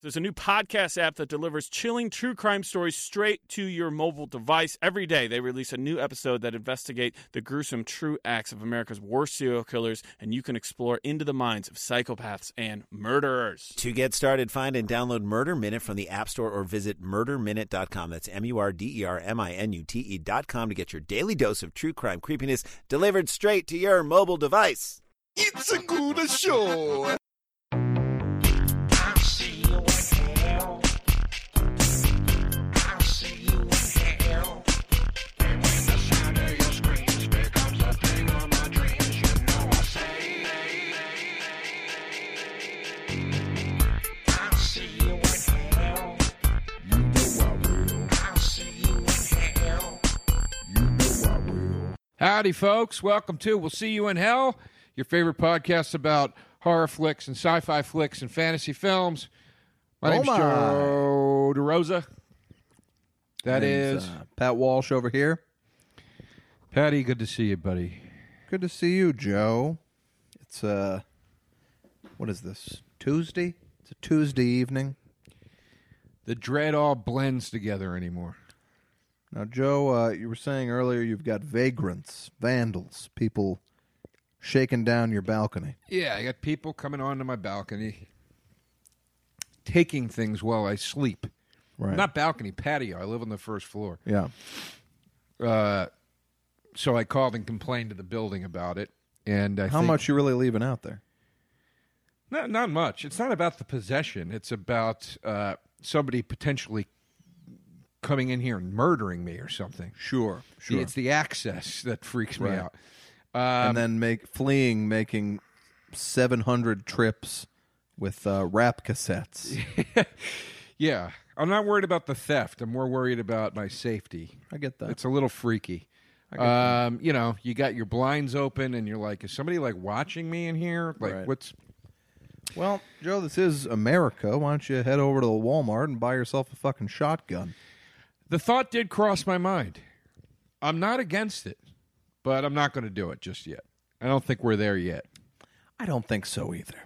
There's a new podcast app that delivers chilling true crime stories straight to your mobile device. Every day, they release a new episode that investigate the gruesome true acts of America's worst serial killers, and you can explore into the minds of psychopaths and murderers. To get started, find and download Murder Minute from the App Store or visit murderminute.com. That's M U R D E R M I N U T E.com to get your daily dose of true crime creepiness delivered straight to your mobile device. It's a good show. Howdy, folks. Welcome to We'll See You in Hell, your favorite podcast about horror flicks and sci fi flicks and fantasy films. My name's my. Joe DeRosa. That name's, is uh, Pat Walsh over here. Patty. Good to see you, buddy. Good to see you, Joe. It's uh what is this? Tuesday? It's a Tuesday evening. The dread all blends together anymore. Now, Joe, uh, you were saying earlier you've got vagrants, vandals, people shaking down your balcony. Yeah, I got people coming onto my balcony, taking things while I sleep. Right. Not balcony, patio. I live on the first floor. yeah. Uh, so I called and complained to the building about it. And I How think- much you really leaving out there? Not not much. It's not about the possession. It's about uh, somebody potentially coming in here and murdering me or something. Sure. Sure. It's the access that freaks me Right. out. and then make fleeing making 700 trips with uh, rap cassettes. Yeah, I'm not worried about the theft. I'm more worried about my safety. I get that. It's a little freaky. Um, you know, you got your blinds open, and you're like, is somebody like watching me in here? Like, Right. what's Well, Joe, this is America. Why don't you head over to the Walmart and buy yourself a fucking shotgun? the thought did cross my mind. I'm not against it, but I'm not going to do it just yet. I don't think we're there yet. I don't think so either.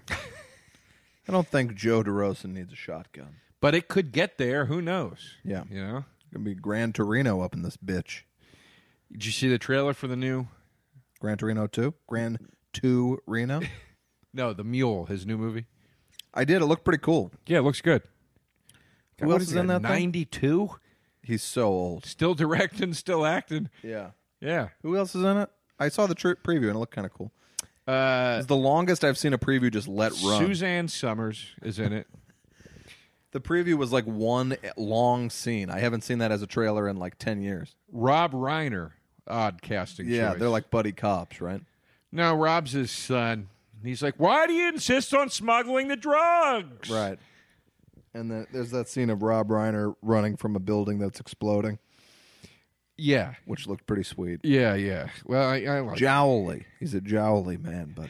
I don't think Joe DeRosa needs a shotgun. but it could get there. Who knows? Yeah. You know? Gonna be Gran Torino up in this bitch. Did you see the trailer for the new? Gran Torino two? Gran two Reno? No, the Mule, his new movie. I did. It looked pretty cool. Yeah, it looks good. Who else is in that thing? Ninety-two, He's so old. still directing, still acting. Yeah. Yeah. Who else is in it? I saw the tr- preview and it looked kind of cool. Uh, It's the longest I've seen a preview just let run. Suzanne Summers is in it. the preview was like one long scene. I haven't seen that as a trailer in like 10 years. Rob Reiner, odd casting. Yeah, choice. they're like buddy cops, right? no, Rob's his son. He's like, why do you insist on smuggling the drugs? Right. And then there's that scene of Rob Reiner running from a building that's exploding, Yeah. which looked pretty sweet. Yeah. Yeah. Well, I, I like. Jowly. He's a jowly man, but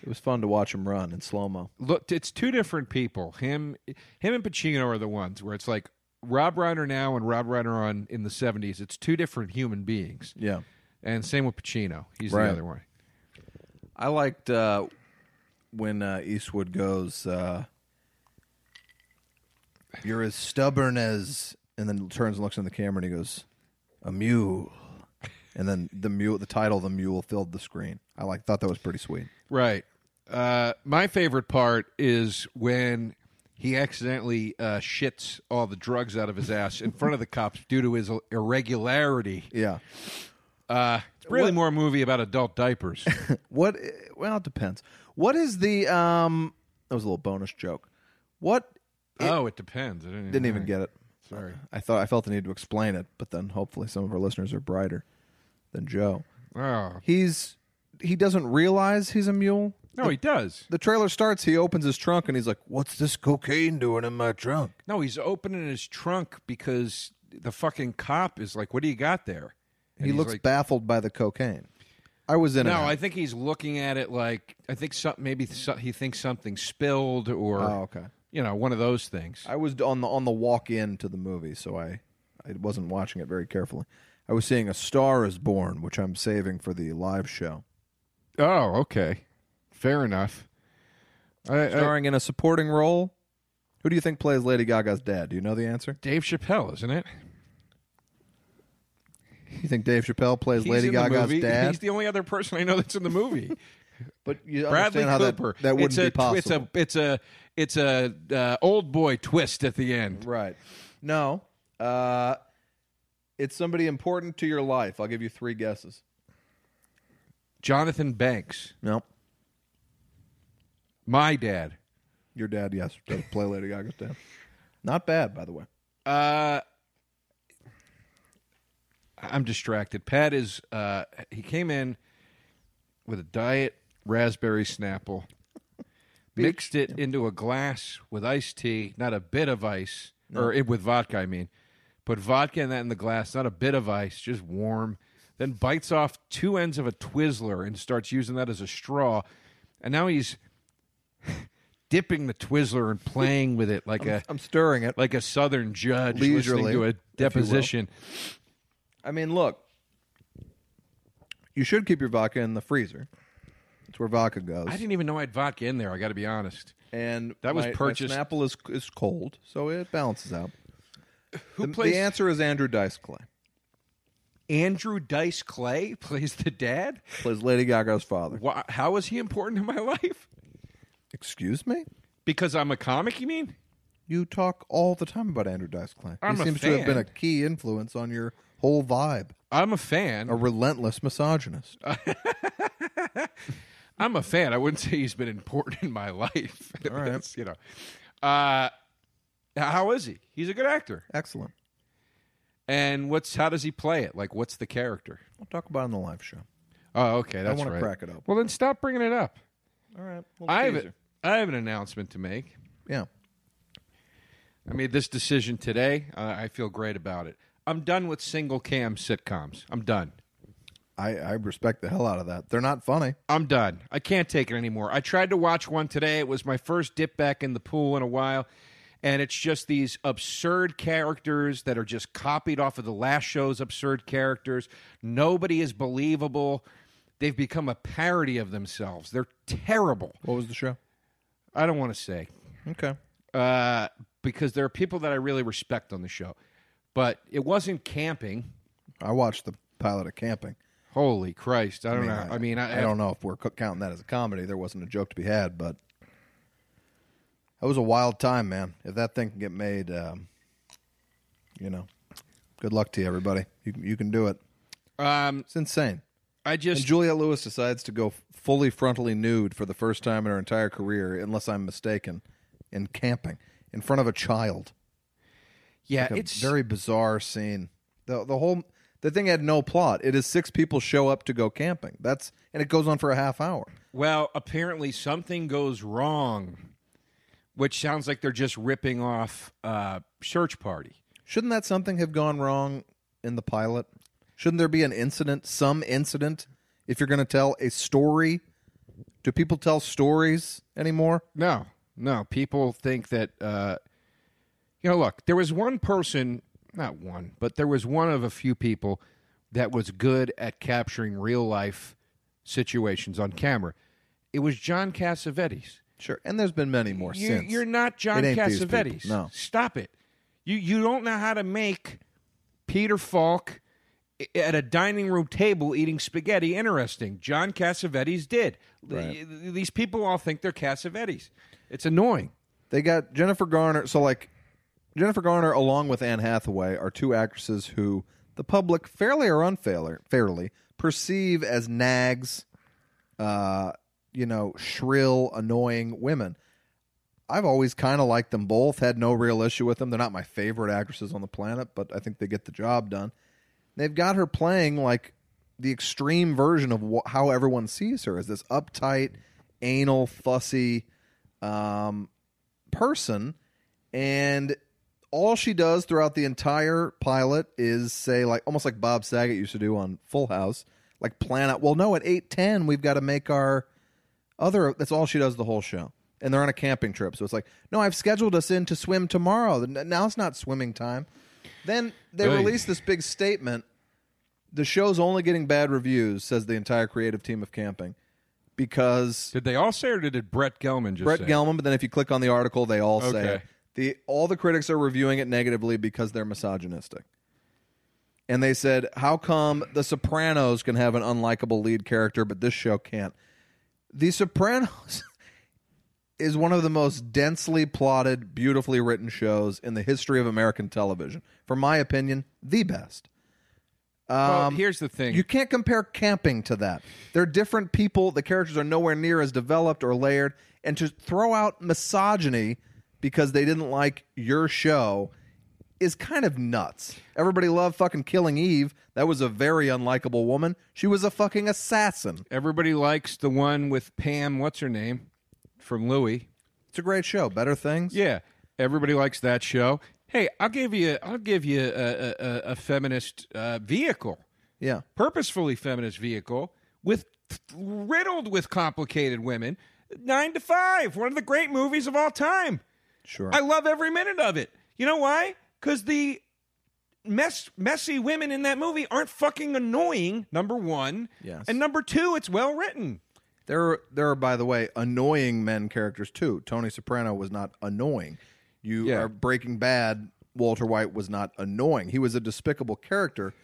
it was fun to watch him run in slow mo. look it's two different people him him and pacino are the ones where it's like rob reiner now and rob reiner on in the 70s it's two different human beings Yeah. and same with pacino he's Right. the other one I liked uh, when uh, Eastwood goes, uh, You're as stubborn as. And then turns and looks in the camera and he goes, A mule. And then the mule, the title, The Mule, filled the screen. I like thought that was pretty sweet. right uh, my favorite part is when he accidentally uh, shits all the drugs out of his ass in front of the cops due to his irregularity Yeah. uh, it's really What- more a movie about adult diapers What? Well, it depends. What is the? Um, that was a little bonus joke. What? oh it depends I didn't, Didn't even get it. Sorry. I thought I felt the need to explain it, but then hopefully some of our listeners are brighter than Joe. oh He's he doesn't realize he's a mule. no he does The trailer starts. He opens his trunk and he's like, "What's this cocaine doing in my trunk?" No, he's opening his trunk because the fucking cop is like, "What do you got there?" And he he's looks like, baffled by the cocaine. I was in. No, it. I think he's looking at it like I think some, maybe so, he thinks something spilled or Oh, okay. you know one of those things. I was on the on the walk in to the movie, so I I wasn't watching it very carefully. I was seeing A Star Is Born, which I'm saving for the live show, oh, okay, fair enough. I, I, starring in a supporting role. Who do you think plays Lady Gaga's dad? Do you know the answer? Dave Chappelle, isn't it? You think Dave Chappelle plays He's Lady in the Gaga's movie. dad? He's the only other person I know that's in the movie. but you Bradley understand how that- Cooper. That, wouldn't it's be a, possible. It's a it's a it's a uh, old boy twist at the end. Right. No. Uh, it's somebody important to your life. I'll give you three guesses. Jonathan Banks, No. my dad. Your dad, yes, does play Lady Gaga's dad. Not bad, by the way. Uh, I'm distracted. Pat is uh, he came in with a diet raspberry Snapple, mixed it into a glass with iced tea, not a bit of ice, or it, with vodka. I mean, put vodka and that in the glass, not a bit of ice, just warm. Then bites off two ends of a Twizzler and starts using that as a straw, and now he's dipping the Twizzler and playing with it like a I'm stirring it. like a southern judge Leisurely, listening to a if you will. deposition. I mean, look, you should keep your vodka in the freezer. That's where vodka goes. I didn't even know I had vodka in there. I got to be honest. and That was my- my purchased- Snapple is is cold, so it balances out. Who the, plays the answer is Andrew Dice Clay. Andrew Dice Clay? Plays the dad? Plays Lady Gaga's father. Why, how is he important in my life? Excuse me. Because I'm a comic. You mean? You talk all the time about Andrew Dice Clay. I'm he a seems to have been a fan. key influence on your whole vibe. I'm a fan. A relentless misogynist. Uh, I'm a fan. I wouldn't say he's been important in my life. All right. you know. Uh, how is he? He's a good actor. Excellent. And what's how does he play it? Like, what's the character? We'll talk about it on the live show. Oh, okay, that's wanna right. crack it up. Well, then stop bringing it up. All right. I have, a, I have an announcement to make. Yeah. I made this decision today. Uh, I feel great about it. I'm done with single cam sitcoms. I'm done. I, I respect the hell out of that. They're not funny. I'm done. I can't take it anymore. I tried to watch one today. It was my first dip back in the pool in a while. And it's just these absurd characters that are just copied off of the last show's absurd characters. Nobody is believable. They've become a parody of themselves. They're terrible. What was the show? I don't want to say. Okay. uh, because there are people that I really respect on the show. But it wasn't camping. I watched the pilot of Camping. Holy Christ! I don't know. I, mean, I, I don't know if we're co- counting that as a comedy. There wasn't a joke to be had, but that was a wild time, man. If that thing can get made, um, you know, good luck to you, everybody. You, you can do it. Um, It's insane. I And just Juliette Lewis decides to go fully frontally nude for the first time in her entire career, unless I'm mistaken, in camping in front of a child. yeah, Like a it's very bizarre scene. The the whole the thing had no plot. It is six people show up to go camping. That's and it goes on for a half hour. well. Apparently, something goes wrong, which sounds like they're just ripping off uh, Search Party. Shouldn't that something have gone wrong in the pilot? Shouldn't there be an incident, some incident, if you're going to tell a story? Do people tell stories anymore? No, no. People think that, uh, you know, look, there was one person, not one, but there was one of a few people that was good at capturing real life situations on camera. It was John Cassavetes. Sure. And there's been many more You, since. you're not John It ain't these people, Cassavetes. no. Stop it. You, you don't know how to make Peter Falk i- at a dining room table eating spaghetti interesting. John Cassavetes did. These people all think they're Cassavetes. It's annoying. They got Jennifer Garner. So, like, Jennifer Garner, along with Anne Hathaway, are two actresses who the public, fairly or unfairly, fairly perceive as nags, uh, you know, shrill, annoying women. I've always kind of liked them both, had no real issue with them. They're not my favorite actresses on the planet, but I think they get the job done. They've got her playing like the extreme version of wh- how everyone sees her as this uptight, anal, fussy, um, person and all she does throughout the entire pilot is say like almost like bob saget used to do on full house like plan out well no at 8.10 we've got to make our other that's all she does the whole show and they're on a camping trip so it's like no i've scheduled us in to swim tomorrow N- now it's not swimming time then they Oy. release this big statement the show's only getting bad reviews says the entire creative team of camping because Did they all say, or did Brett Gelman just Brett say? Gelman, but then if you click on the article, they all say Okay. it. The all the critics are reviewing it negatively because they're misogynistic. And they said, "How come The Sopranos can have an unlikable lead character but this show can't?" The Sopranos is one of the most densely plotted, beautifully written shows in the history of American television. For my opinion, the best. Um, well, here's the thing. You can't compare camping to that. They're different people. The characters are nowhere near as developed or layered. And to throw out misogyny because they didn't like your show is kind of nuts. Everybody loved fucking Killing Eve. That was a very unlikable woman. She was a fucking assassin. Everybody likes the one with Pam, what's her name, from Louis. It's a great show. Better things. Yeah, everybody likes that show. Hey, I'll give you, I'll give you a, a, a, a feminist uh, vehicle, Yeah. purposefully feminist vehicle with riddled with complicated women. Nine to Five, one of the great movies of all time. Sure. I love every minute of it. You know why? Because the mess, messy women in that movie aren't fucking annoying. Number one, Yes. and number two, it's well written. There are, there are, by the way, annoying men characters too. Tony Soprano was not annoying. You Yeah. are Breaking Bad. Walter White was not annoying. He was a despicable character,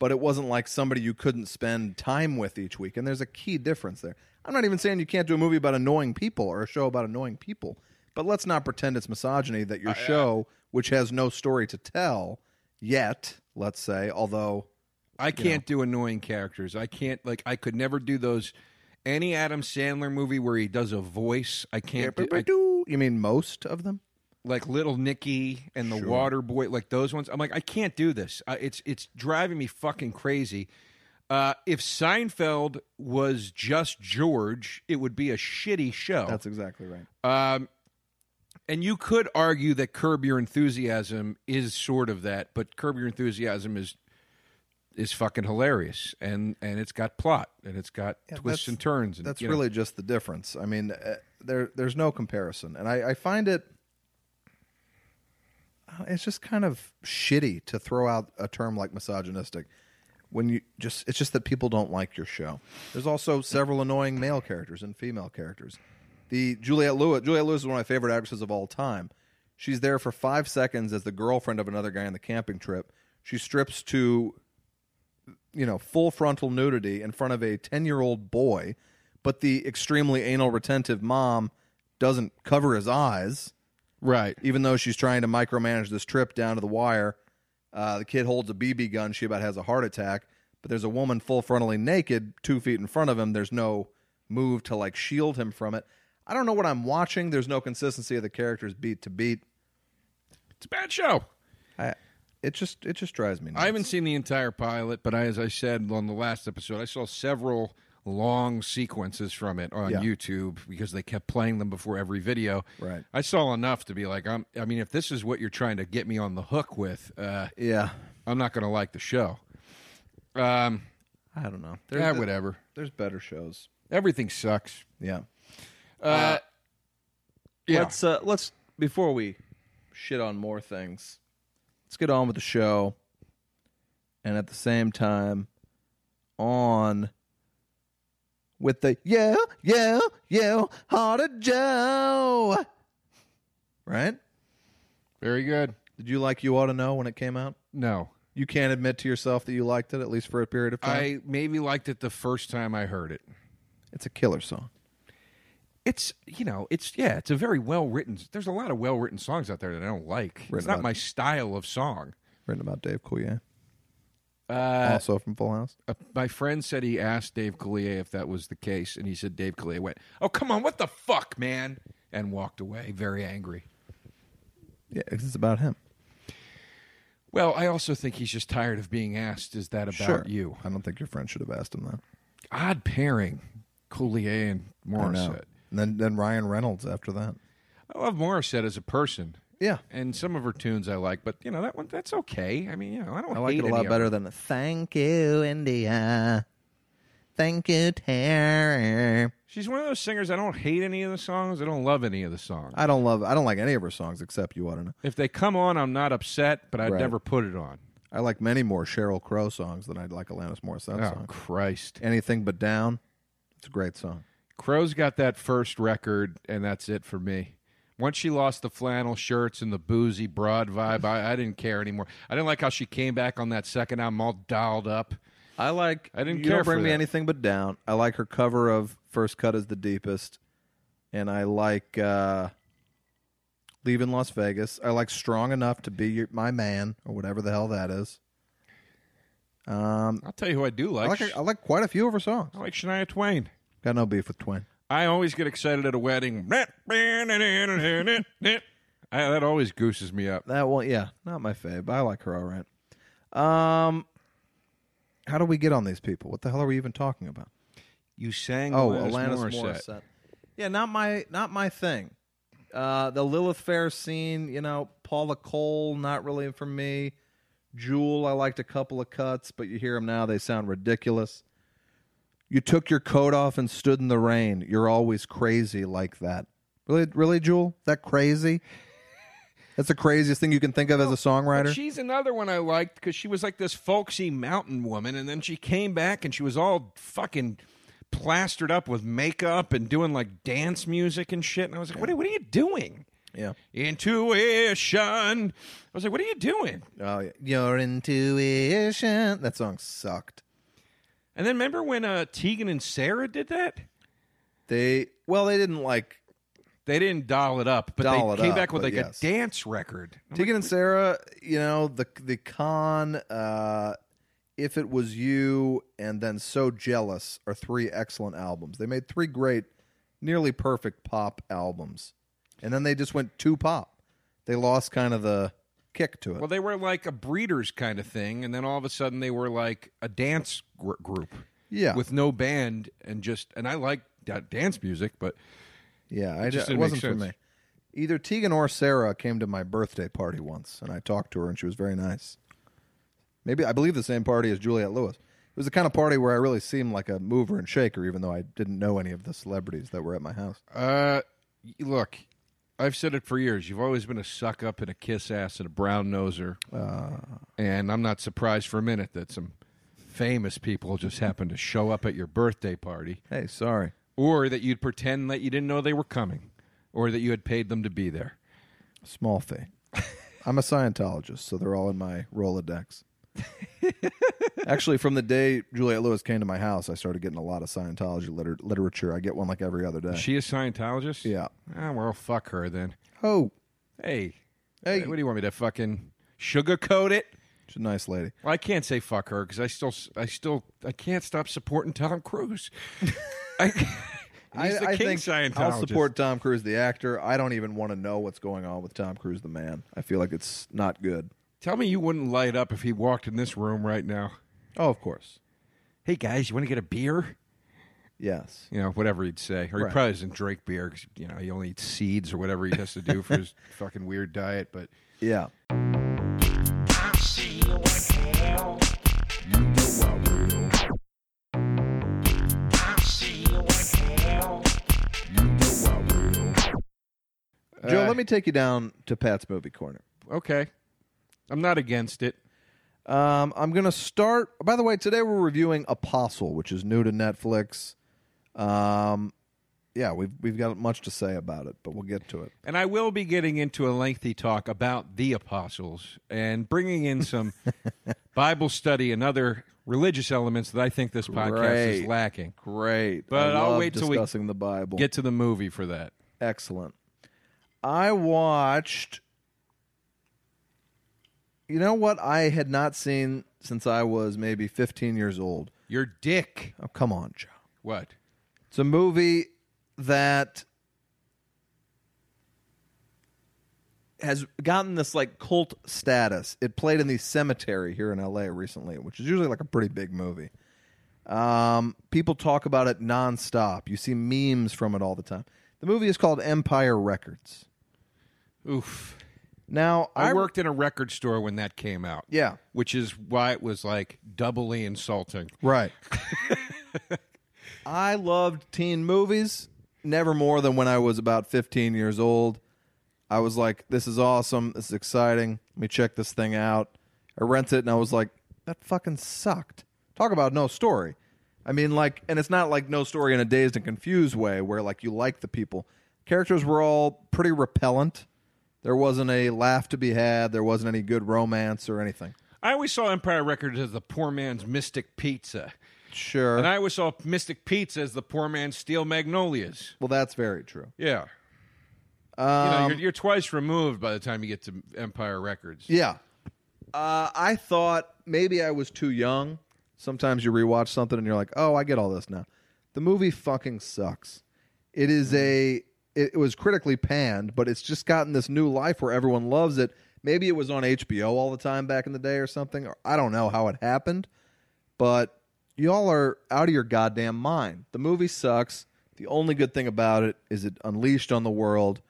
but it wasn't like somebody you couldn't spend time with each week. And there's a key difference there. I'm not even saying you can't do a movie about annoying people or a show about annoying people, but let's not pretend it's misogyny that uh, your show, which has no story to tell yet, let's say, although I can't do annoying characters. I can't like I could never do those. Any Adam Sandler movie where he does a voice, I can't do. I, you mean most of them? like Little Nicky and the Water Boy, like those ones. I'm like, I can't do this. I, it's it's driving me fucking crazy. Uh, if Seinfeld was just George, it would be a shitty show. That's exactly right. Um, and you could argue that Curb Your Enthusiasm is sort of that, but Curb Your Enthusiasm is is fucking hilarious, and and it's got plot, and it's got twists that's- and turns. And, That's you know. really just the difference. I mean, uh, there there's no comparison, and I, I find it uh, it's just kind of shitty to throw out a term like misogynistic when you just it's just that people don't like your show. There's also several annoying male characters and female characters. The Juliette Lewis Juliette Lewis is one of my favorite actresses of all time. She's there for five seconds as the girlfriend of another guy on the camping trip. She strips to you know, full frontal nudity in front of a 10 year old boy, but the extremely anal retentive mom doesn't cover his eyes, right. even though she's trying to micromanage this trip down to the wire. Uh, the kid holds a BB gun. She about has a heart attack, but there's a woman full frontally naked, two feet in front of him. There's no move to like shield him from it. I don't know what I'm watching. There's no consistency of the characters beat to beat. It's a bad show. I, it just it just drives me nuts. I haven't seen the entire pilot, but I, as I said on the last episode, I saw several long sequences from it on Yeah. YouTube because they kept playing them before every video. Right. I saw enough to be like, I'm. I mean, if this is what you're trying to get me on the hook with, uh, yeah, I'm not going to like the show. Um, I don't know. There's, yeah, Eh, whatever. there's better shows. Everything sucks. Yeah. Uh, yeah. Let's uh, let's before we shit on more things, let's get on with the show. And at the same time, on with the yeah, yeah, yeah, harder Joe. Right? Very good. Did you like You Ought to Know when it came out? No, You can't admit to yourself that you liked it, at least for a period of time. I maybe liked it the first time I heard it. it's a killer song. It's you know, it's yeah, it's a very well written. There's a lot of well written songs out there that I don't like. it's Written not about- my style of song. Written about Dave Coulier. Uh, also from Full House. uh, my friend said he asked Dave Coulier if that was the case, and he said Dave Coulier went, "Oh come on, what the fuck, man," and walked away very angry. Yeah, 'cause it's about him. Well, I also think he's just tired of being asked, "Is that about you?" I don't think your friend should have asked him that. odd pairing, Coulier and I know. Morissette. And then then Ryan Reynolds after that. I, love Morissette as a person, Yeah. and some of her tunes I like, but you know that one that's okay. I mean, you know, I don't. I like hate it a any lot of better her. than Thank you, India. Thank you, Terror. She's one of those singers. I don't hate any of the songs. I don't love any of the songs. I don't love I don't like any of her songs except You Ought to Know. if they come on, I'm not upset, but I'd Right. never put it on. I like many more Cheryl Crow songs than I'd like Alanis Morissette Oh songs. Christ! Anything But Down, it's a great song. Crow's got that first record, and that's it for me. Once she lost the flannel shirts and the boozy broad vibe, I, I didn't care anymore. I didn't like how she came back on that second album all dialed up. I like. I didn't you care Don't bring for me that. anything but down. I like her cover of "First Cut Is the Deepest," and I like uh, "Leaving Las Vegas." I like "Strong Enough to Be your, My Man" or whatever the hell that is. Um, I'll tell you who I do I like. like. I like quite a few of her songs. I like Shania Twain. Got no beef with Twin. I always get excited at a wedding. I, that always gooses me up. That one, yeah, not my fave. But I like her all right. Um, how do we get on these people? What the hell are we even talking about? You sang Oh, Alanis Alanis Morissette. Morissette. Yeah, not my not my thing. Uh, the Lilith Fair scene, you know, Paula Cole, not really for me. Jewel, I liked a couple of cuts, but you hear them now, they sound ridiculous. You took your coat off and stood in the rain. You're always crazy like that. Really, really, Jewel? That crazy? That's the craziest thing you can think of as a But songwriter. She's another one I liked because she was like this folksy mountain woman, and then she came back and she was all fucking plastered up with makeup and doing like dance music and shit. And I was like, what, are- what are you doing? yeah. Intuition. I was like, what are you doing? Oh, yeah. Your intuition. That song sucked. And then remember when uh, Tegan and Sarah did that? They well, they didn't like They didn't doll it up, but Doll it they came up, back with but like yes. a dance record. Tegan and Sarah, you know, the the con, uh, if it was you, and then so jealous are three excellent albums. They made three great, nearly perfect pop albums, and then they just went too pop. They lost kind of the kick to it. Well, they were like a breeders kind of thing, and then all of a sudden they were like a dance gr- group. yeah, with no band and just and I like da- dance music, but yeah, I just just, it didn't make wasn't for me. sense. Either Tegan or Sarah came to my birthday party once, and I talked to her, and she was very nice. Maybe I believe the same party as Juliette Lewis. It was the kind of party where I really seemed like a mover and shaker, even though I didn't know any of the celebrities that were at my house. uh, y- look, I've said it for years. You've always been a suck up and a kiss ass and a brown noser, Uh. and I'm not surprised for a minute that some famous people just happened to show up at your birthday party, Hey, sorry. or that you'd pretend that you didn't know they were coming, or that you had paid them to be there. Small fee. I'm a Scientologist, so they're all in my Rolodex. Actually, from the day Juliette Lewis came to my house, I started getting a lot of Scientology liter- literature. I get one like every other day. Is she a Scientologist? yeah. Ah, well, fuck her then. Oh, Hey, Hey. what do you want me to fucking sugarcoat it? she's a nice lady. Well, I can't say fuck her because I still, I still, I can't stop supporting Tom Cruise. I, he's the king Scientologist. I'll support Tom Cruise, the actor. I don't even want to know what's going on with Tom Cruise, the man. I feel like it's not good. Tell me you wouldn't light up if he walked in this room right now. Oh, of course. Hey guys, you want to get a beer? Yes. You know, whatever he'd say, or he Right. probably doesn't drink beer because you know he only eats seeds or whatever he has to do for his fucking weird diet. But Yeah. Joe, Uh, let me take you down to Pat's movie corner. okay, I'm not against it. Um, I'm going to start. By the way, today we're reviewing Apostle, which is new to Netflix. Um, yeah, we've we've got much to say about it, but we'll get to it. And I will be getting into a lengthy talk about the apostles and bringing in some Bible study and other religious elements that I think this podcast is Great. lacking. Great, But I I'll love wait till we discussing the Bible. Get to the movie for that. Excellent. I watched. You know what I had not seen since I was maybe 15 years old. Your dick. Oh, come on, Joe. What? It's a movie that has gotten this like cult status. It played in the cemetery here in LA recently, which is usually like a pretty big movie. Um, people talk about it nonstop. You see memes from it all the time. The movie is called Empire Records. Oof. Now I worked in a record store when that came out. Yeah. Which is why it was like doubly insulting. Right. I loved teen movies never more than when I was about 15 years old. I was like, this is awesome. This is exciting. Let me check this thing out. I rented it and I was like, that fucking sucked. Talk about no story. I mean, like, and it's not like no story in a dazed and confused way where like you like the people. Characters were all pretty repellent. There wasn't a laugh to be had. There wasn't any good romance or anything. I always saw Empire Records as the poor man's Mystic Pizza, Sure. and I always saw Mystic Pizza as the poor man's Steel Magnolias. well, that's very true. Yeah, you Um, know, you're, you're twice removed by the time you get to Empire Records. Yeah. Uh, I thought maybe I was too young. Sometimes you rewatch something and you're like, oh, I get all this now. The movie fucking sucks. It is a. It, it was critically panned, but it's just gotten this new life where everyone loves it. Maybe it was on HBO all the time back in the day or something. Or I don't know how it happened, but y'all are out of your goddamn mind. The movie sucks. The only good thing about it is it unleashed on the world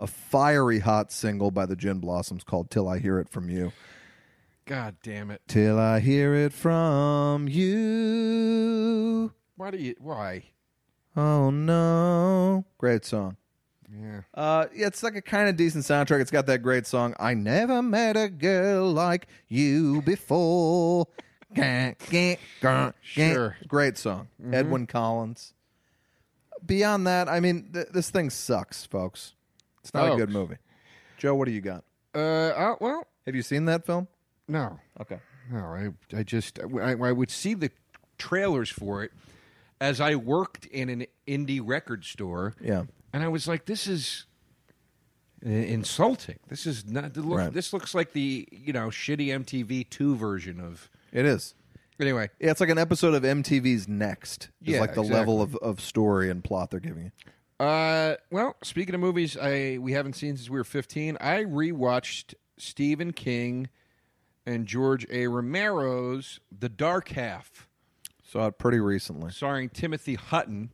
a fiery hot single by the Gin Blossoms called Till I Hear It From You. God damn it! Till I hear it from you. Why do you? Why? Oh no. Great song. Yeah. Uh, yeah, it's like a kind of decent soundtrack. It's got that great song, I Never Met a Girl Like You Before. Gah, gah, gah, gah. Sure. Mm-hmm. Great song. Edwin Collins. Beyond that, I mean, th- this thing sucks, folks. It's not a Folks. good movie. Joe, what do you got? Uh. uh well, Have you seen that film? no. Okay. No, I, I just I, I would see the trailers for it as I worked in an indie record store. Yeah. and I was like, this is i- insulting. This is not. Look, Right. This looks like the you know shitty MTV two version of. It is. Anyway, Yeah, it's like an episode of MTV's Next. It's Yeah, like the exactly. level of, of story and plot they're giving you. uh, well, speaking of movies, I we haven't seen since we were fifteen. I rewatched Stephen King and George A. Romero's The Dark Half. Saw it pretty recently. starring Timothy Hutton.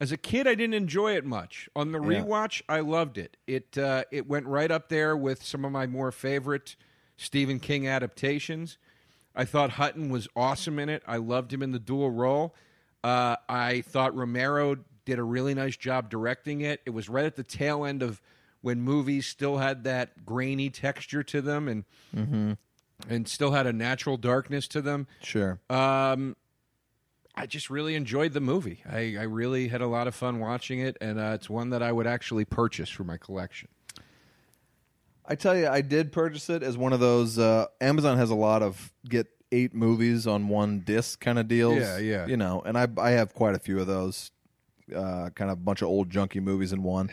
As a kid, I didn't enjoy it much. On the rewatch, I loved it. It uh, it went right up there with some of my more favorite Stephen King adaptations. I thought Hutton was awesome in it. I loved him in the dual role. Uh, I thought Romero did a really nice job directing it. It was right at the tail end of when movies still had that grainy texture to them and and still had a natural darkness to them. Sure. Um, I just really enjoyed the movie. I, I really had a lot of fun watching it, and uh, it's one that I would actually purchase for my collection. I tell you, I did purchase it as one of those. Uh, Amazon has a lot of get eight movies on one disc kind of deals. Yeah, yeah. You know, and I I have quite a few of those. Uh, kind of bunch of old junky movies in one.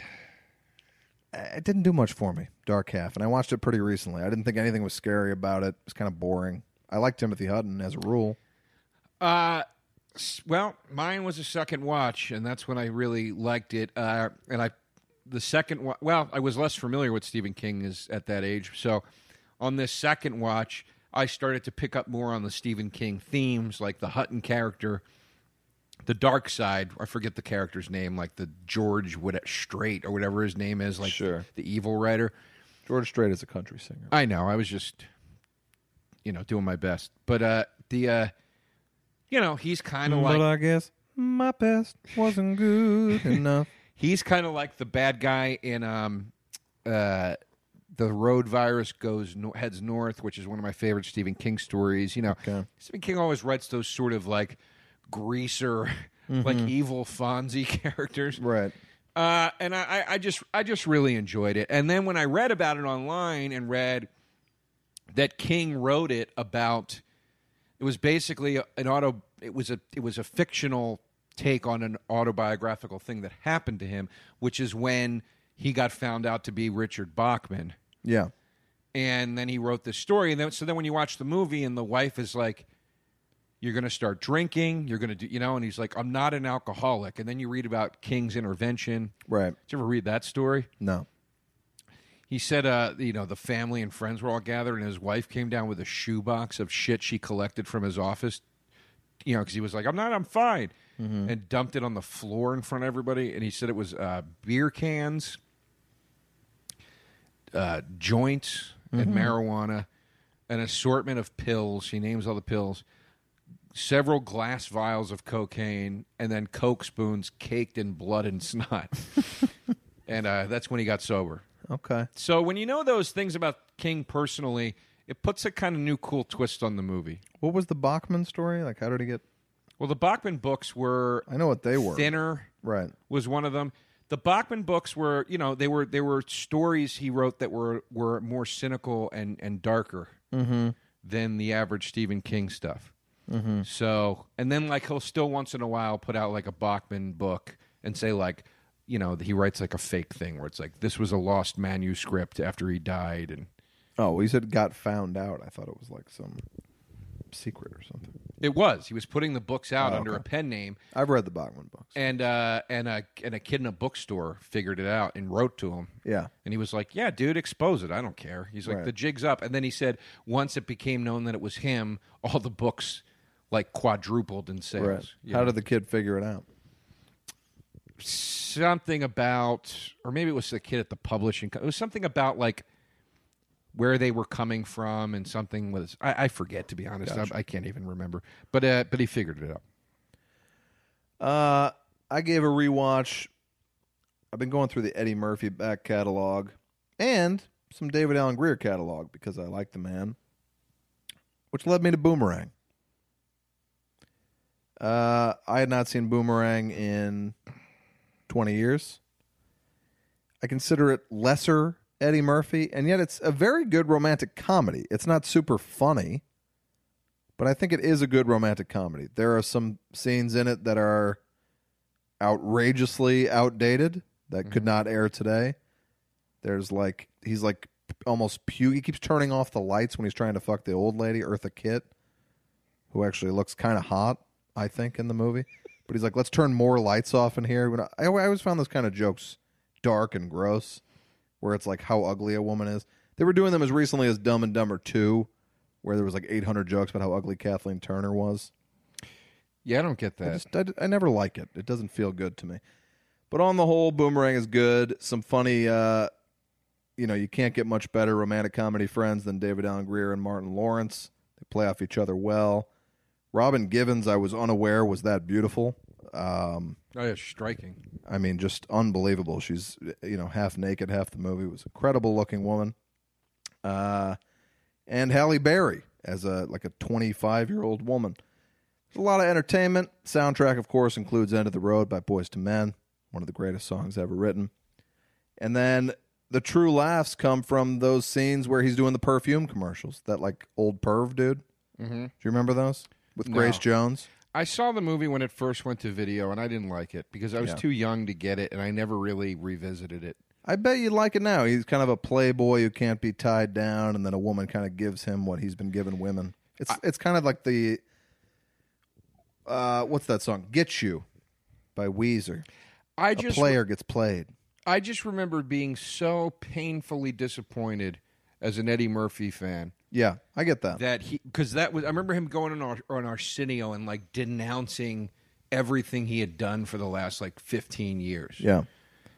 Uh, It didn't do much for me, Dark Half, and I watched it pretty recently. I didn't think anything was scary about it. It was kind of boring. I like Timothy Hutton as a rule. Uh, s- well, mine was a second watch, and that's when I really liked it. Uh, and I, the second wa- well, I was less familiar with Stephen King is at that age, so on this second watch, I started to pick up more on the Stephen King themes, like the Hutton character, the dark side. I forget the character's name, like the George what Straight or whatever his name is, like Sure. the evil writer. George Strait is a country singer. I know. I was just, you know, doing my best. But uh the, uh you know, he's kind of Mm, But like I guess my best wasn't good enough. he's kind of like the bad guy in um, uh, the road virus goes no- heads north, which is one of my favorite Stephen King stories. You know, Stephen King always writes those sort of like greaser, like evil Fonzie characters, Right. uh, and I, I- I just I just really enjoyed it. And then when I read about it online and read that King wrote it about, it was basically an auto. It was a it was a fictional take on an autobiographical thing that happened to him, which is when he got found out to be Richard Bachman Yeah. and then he wrote this story and then so then when you watch the movie and the wife is like you're going to start drinking you're going to do you know and he's like i'm not an alcoholic and then you read about king's intervention Right. did you ever read that story No. he said uh you know the family and friends were all gathered and his wife came down with a shoebox of shit she collected from his office you know because he was like i'm not i'm fine and dumped it on the floor in front of everybody and he said it was uh, beer cans uh, joints and marijuana, an assortment of pills. He names all the pills, several glass vials of cocaine, and then Coke spoons caked in blood and snot. and uh, that's when he got sober. Okay. So when you know those things about King personally, it puts a kind of new cool twist on the movie. What was the Bachman story? Like, how did he get? Well, the Bachman books were I know what they were. thinner. Right. was one of them. The Bachman books were, you know, they were they were stories he wrote that were were more cynical and and darker Mm-hmm. than the average Stephen King stuff. So, and then like he'll still once in a while put out like a Bachman book and say like, you know, he writes like a fake thing where it's like this was a lost manuscript after he died and Oh, he said got found out. I thought it was like some secret or something. it was he was putting the books Oh, out under a pen name I've read the Bachman books. and uh and a and a kid in a bookstore figured it out and wrote to him. Yeah. And he was like, "Yeah, dude, expose it. I don't care." He's like, Right. "The jig's up." And then he said, once it became known that it was him, all the books like quadrupled in sales. Right. You How know, did the kid figure it out? something about or maybe it was the kid at the publishing co- it was something about like where they were coming from and something was I, I forget to be honest. I, I can't even remember. But uh, but he figured it out. Uh, I gave a rewatch. I've been going through the Eddie Murphy back catalog and some David Allen Greer catalog because I like the man, which led me to Boomerang. Uh, I had not seen Boomerang in 20 years. I consider it lesser Eddie Murphy, and yet it's a very good romantic comedy. It's not super funny, but I think it is a good romantic comedy. There are some scenes in it that are outrageously outdated that could not air today. There's like he's like almost puke. He keeps turning off the lights when he's trying to fuck the old lady Eartha Kitt, who actually looks kind of hot, I think, in the movie. But he's like, let's turn more lights off in here. When I, I always found those kind of jokes dark and gross, where it's like how ugly a woman is. They were doing them as recently as Dumb and Dumber Two, where there was like 800 jokes about how ugly Kathleen Turner was. Yeah, I don't get I that. just I, I never like it. It doesn't feel good to me. But on the whole, Boomerang is good. Some funny, uh, you know, you can't get much better romantic comedy friends than David Allen Greer and Martin Lawrence. They play off each other well. Robin Givens, I was unaware was that beautiful. Um, oh, yeah, striking. I mean, just unbelievable. She's you know half naked, half the movie. was incredible looking woman. Uh, and Halle Berry as a like a 25 year old woman. There's a lot of entertainment. Soundtrack, of course, includes "End of the Road" by Boys to Men, one of the greatest songs ever written. And then the true laughs come from those scenes where he's doing the perfume commercials. That like old perv dude. Mm-hmm. Do you remember those with Grace Jones? I saw the movie when it first went to video, and I didn't like it because I was too young to get it, and I never really revisited it. I bet you like it now. He's kind of a playboy who can't be tied down, and then a woman kind of gives him what he's been giving women. It's it's kind of like the uh, what's that song? Get You by Weezer. I A just, player gets played. I just remember being so painfully disappointed as an Eddie Murphy fan Yeah, I get that. that he, because that was, I remember him going on, Ar, on Arsenio and like denouncing everything he had done for the last like 15 years. Yeah.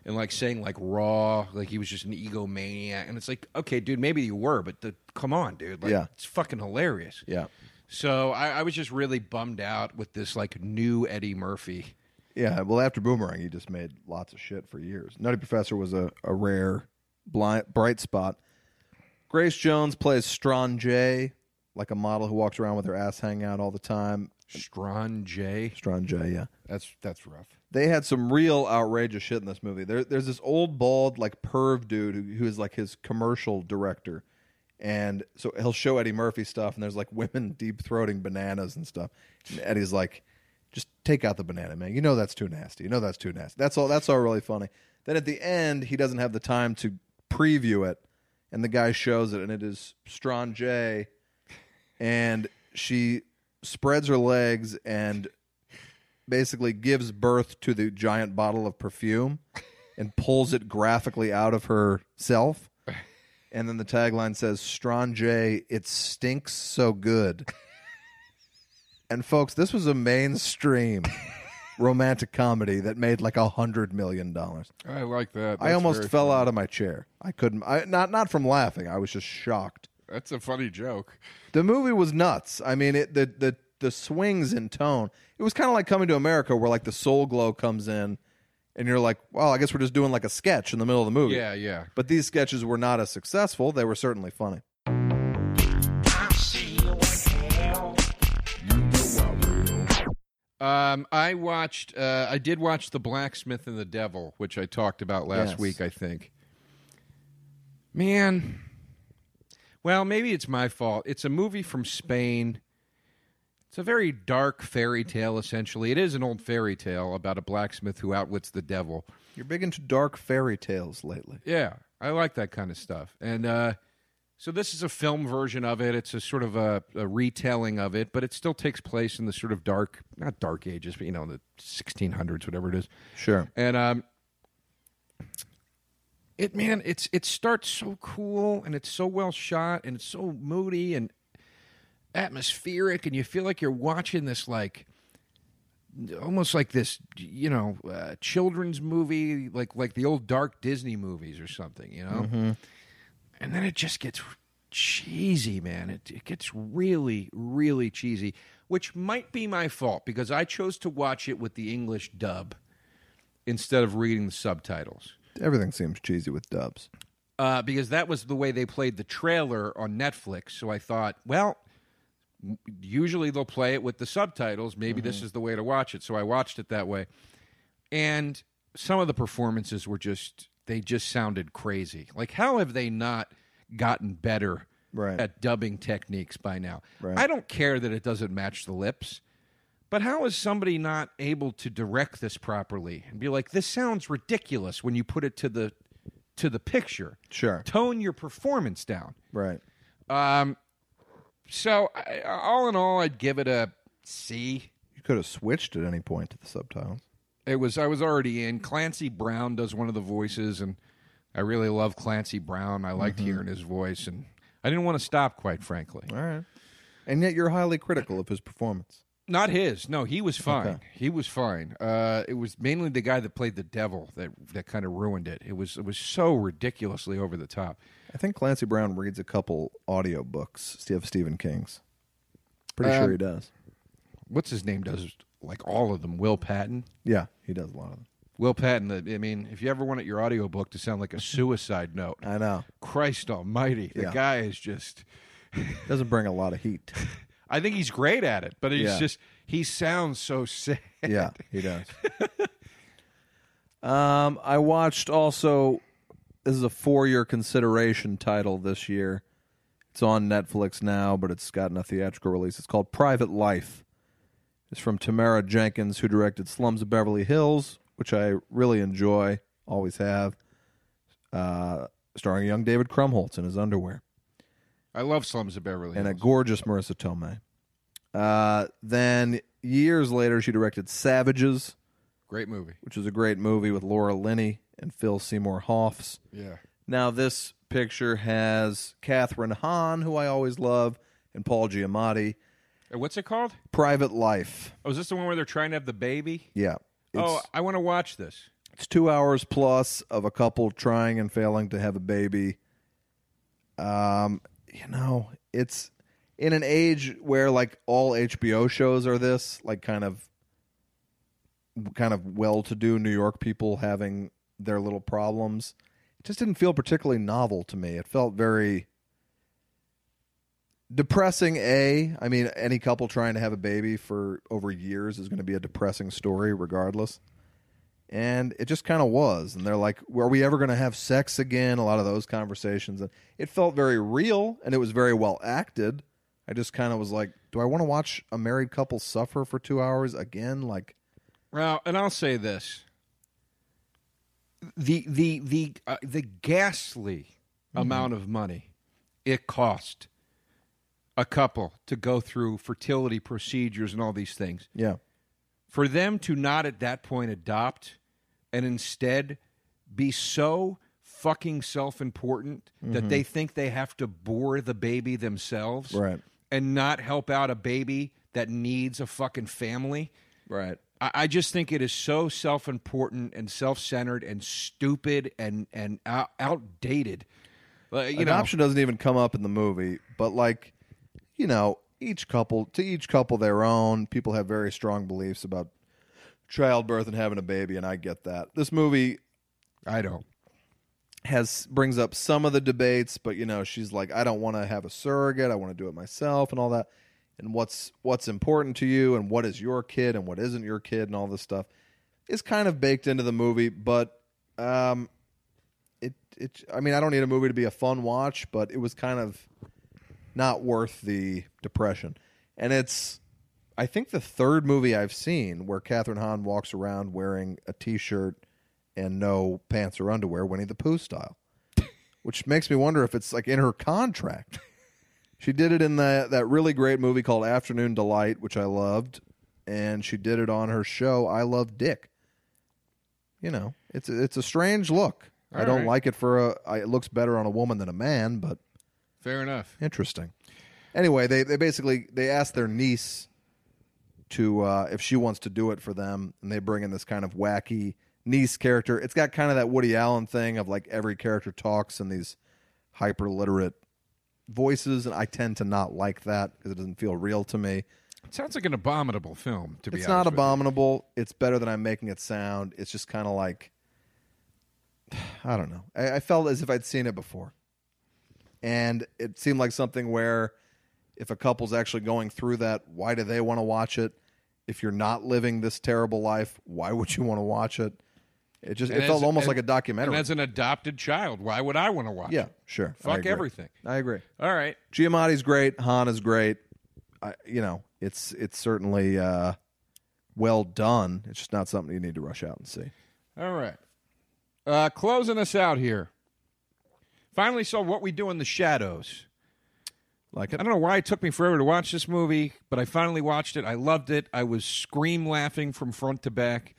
And like saying like raw, like he was just an egomaniac. And it's like, okay, dude, maybe you were, but the, come on, dude. Like, Yeah. It's fucking hilarious. Yeah. So I, I was just really bummed out with this like new Eddie Murphy. Yeah, well, after Boomerang, he just made lots of shit for years. Nutty Professor was a, a rare blind, bright spot. Grace Jones plays Strange, like a model who walks around with her ass hanging out all the time. Strange. Strange, yeah. That's that's rough. they had some real outrageous shit in this movie. There, there's this old bald like perv dude who, who is like his commercial director, and so he'll show Eddie Murphy stuff, and there's like women deep throating bananas and stuff. And Eddie's like, "Just take out the banana, man. You know that's too nasty. You know that's too nasty. That's all. That's all really funny." Then at the end, he doesn't have the time to preview it, and the guy shows it, and it is Strange, and she spreads her legs and basically gives birth to the giant bottle of perfume and pulls it graphically out of herself. And then the tagline says, Strange, it stinks so good. and folks, this was a mainstream romantic comedy that made like a hundred million dollars. I like that. I almost fell out of my chair. I couldn't I not not from laughing. I was just shocked. That's a funny joke. The movie was nuts. I mean, it the the the swings in tone. It was kind of like Coming to America, where like the soul glow comes in, and you're like, "Well, I guess we're just doing like a sketch in the middle of the movie." Yeah, yeah. But these sketches were not as successful. They were certainly funny. Um, I watched. Uh, I did watch The Blacksmith and the Devil, which I talked about last Yes. week. I think. Man, well, maybe it's my fault. It's a movie from Spain. It's a very dark fairy tale. Essentially, it is an old fairy tale about a blacksmith who outwits the devil. You're big into dark fairy tales lately. Yeah, I like that kind of stuff. And uh, so this is a film version of it. It's a sort of a, a retelling of it, but it still takes place in the sort of dark, not dark ages, but you know, the 1600s, whatever it is. Sure. And um, it man, it's it starts so cool and it's so well shot and it's so moody and atmospheric and you feel like you're watching this like almost like this you know uh, children's movie like like the old dark disney movies or something you know and then it just gets cheesy man it, it gets really really cheesy which might be my fault because i chose to watch it with the english dub instead of reading the subtitles Everything seems cheesy with dubs. uh, because that was the way they played the trailer on Netflix. So I thought, well, m- usually they'll play it with the subtitles. Maybe this Mm-hmm. is the way to watch it. So I watched it that way. And some of the performances were just, they just sounded crazy. Like, how have they not gotten better Right. at dubbing techniques by now? Right. I don't care that it doesn't match the lips. But how is somebody not able to direct this properly and be like, this sounds ridiculous when you put it to the to the picture? Sure. Tone your performance down. Right. Um, so I, all in all, I'd give it a C. You could have switched at any point to the subtitles. It was I was already in. Clancy Brown does one of the voices, and I really love Clancy Brown. I liked hearing his voice, and I didn't want to stop. Quite frankly, All right. And yet you're highly critical of his performance. Not his. No, he was fine. He was fine. Uh, it was mainly the guy that played the devil that that kind of ruined it. It was it was so ridiculously over the top. I think Clancy Brown reads a couple audio books of Stephen King's. Pretty sure he does. What's his name? Does like all of them? Will Patton. Yeah, he does a lot of them. Will Patton. I mean, if you ever wanted your audiobook to sound like a suicide note, I know. Christ Almighty, the Yeah. guy is just. Doesn't bring a lot of heat. I think he's great at it, but he's Yeah. just he sounds so sad. yeah, he does. um, I watched also. This is a four-year consideration title this year. It's on Netflix now, but it's gotten a theatrical release. It's called Private Life. It's from Tamara Jenkins, who directed Slums of Beverly Hills, which I really enjoy, always have. Uh, starring young David Krumholtz in his underwear I love Slums of Beverly and a Hills. gorgeous Marissa Tomei. Uh, then years later, she directed Savages, great movie. which is a great movie with Laura Linney and Phil Seymour Hoffs. Yeah. Now, this picture has Catherine Hahn, who I always love, and Paul Giamatti. And Uh, what's it called? Private Life. Oh, is this the one where they're trying to have the baby? Yeah. It's, oh, I want to watch this. it's two hours plus of a couple trying and failing to have a baby. Um, you know, it's in an age where like all HBO shows are this, like kind of kind of well-to-do New York people having their little problems. It just didn't feel particularly novel to me. It felt very depressing a i mean any couple trying to have a baby for over years is going to be a depressing story regardless and it just kind of was and they're like are we ever going to have sex again a lot of those conversations and it felt very real and it was very well acted i just kind of was like do i want to watch a married couple suffer for two hours again like Well, and I'll say this: the the the uh, the ghastly Mm-hmm. amount of money it cost a couple to go through fertility procedures and all these things yeah for them to not at that point adopt and instead be so fucking self-important Mm-hmm. that they think they have to bore the baby themselves Right. and not help out a baby that needs a fucking family right I, I just think it is so self-important and self-centered and stupid and and out, outdated. Like, you adoption doesn't even come up in the movie, but like, you know, each couple to each couple their own. People have very strong beliefs about childbirth and having a baby, and I get that. This movie know, I don't. has brings up some of the debates, but you know, she's like, I don't want to have a surrogate. I want to do it myself, and all that. and what's what's important to you and what is your kid and what isn't your kid and all this stuff is kind of baked into the movie, but um, it it I mean I don't need a movie to be a fun watch, but it was kind of not worth the depression. And it's I think the third movie I've seen where Catherine Hahn walks around wearing a t-shirt and no pants or underwear, Winnie the Pooh style, which makes me wonder if it's like in her contract. She did it in the, that really great movie called Afternoon Delight, which I loved, and she did it on her show I Love Dick. You know, it's a, it's a strange look. I All don't right. like it for a. I, it looks better on a woman than a man, but Fair enough. Interesting. Anyway, they, they basically they ask their niece to uh, if she wants to do it for them, and they bring in this kind of wacky niece character. It's got kind of that Woody Allen thing of like every character talks in these hyper literate voices, and I tend to not like that because it doesn't feel real to me. It sounds like an abominable film. To be It's honest not with you. abominable. It's better than I'm making it sound. It's just kind of like I don't know. I, I felt as if I'd seen it before, and it seemed like something where if a couple's actually going through that, why do they want to watch it? If you're not living this terrible life, why would you want to watch it? It just And it felt as- almost and- like a documentary. And as an adopted child, why would I want to watch? yeah, it? sure. I Fuck agree. everything. I agree. All right. Giamatti's great. Han is great. I, you know, it's it's certainly uh, well done. It's just not something you need to rush out and see. All right. Uh, closing us out here. Finally saw What We Do in the Shadows. Like I don't know why it took me forever to watch this movie, but I finally watched it. I loved it. I was scream laughing from front to back.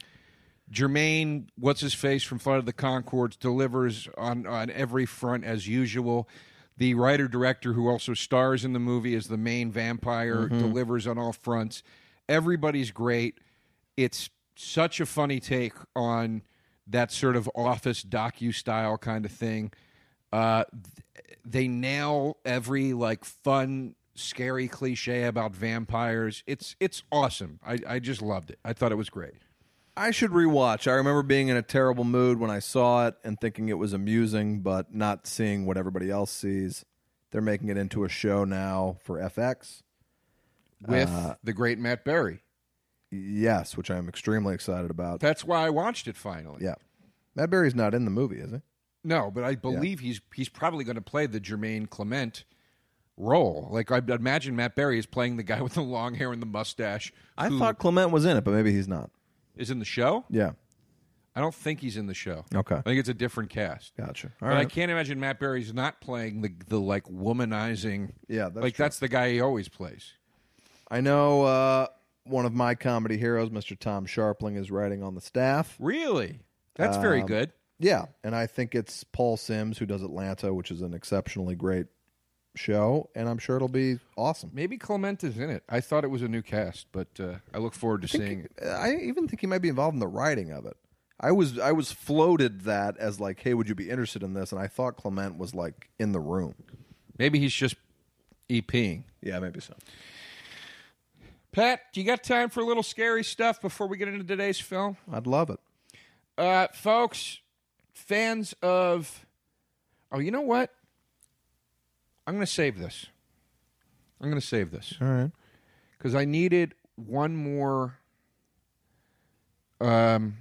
Jermaine, what's his face from Flight of the Concords, delivers on, on every front as usual. The writer director, who also stars in the movie as the main vampire, delivers on all fronts. Everybody's great. It's such a funny take on that sort of office docu style kind of thing. Uh, th- they nail every like fun, scary cliche about vampires. It's it's awesome. I, I just loved it. I thought it was great. I should rewatch. I remember being in a terrible mood when I saw it and thinking it was amusing, but not seeing what everybody else sees. They're making it into a show now for FX. with Uh, the great Matt Berry. Yes, which I'm extremely excited about. That's why I watched it finally. yeah. Matt Berry's not in the movie, is he? No, but I believe he's he's probably going to play the Jermaine Clement role. Like I imagine Matt Berry is playing the guy with the long hair and the mustache. I who thought Clement was in it, but maybe he's not. is in the show. Yeah. I don't think he's in the show. Okay. I think it's a different cast. Gotcha. All But I right. can't imagine Matt Berry's not playing the the like womanizing. Yeah, that's like true. that's the guy he always plays. I know uh, one of my comedy heroes, Mr. Tom Sharpling, is writing on the staff. Really, that's very Um, good. Yeah, and I think it's Paul Sims who does Atlanta, which is an exceptionally great show, and I'm sure it'll be awesome. Maybe Clement is in it. I thought it was a new cast, but uh, I look forward to seeing it. I even think he might be involved in the writing of it. I was I was floated that as like, hey, would you be interested in this? And I thought Clement was like in the room. Maybe he's just E EPing. Yeah, maybe so. Pat, do you got time for a little scary stuff before we get into today's film? I'd love it. Uh, folks, fans of. Oh, you know what? I'm going to save this. I'm going to save this All right. because I needed one more. Um,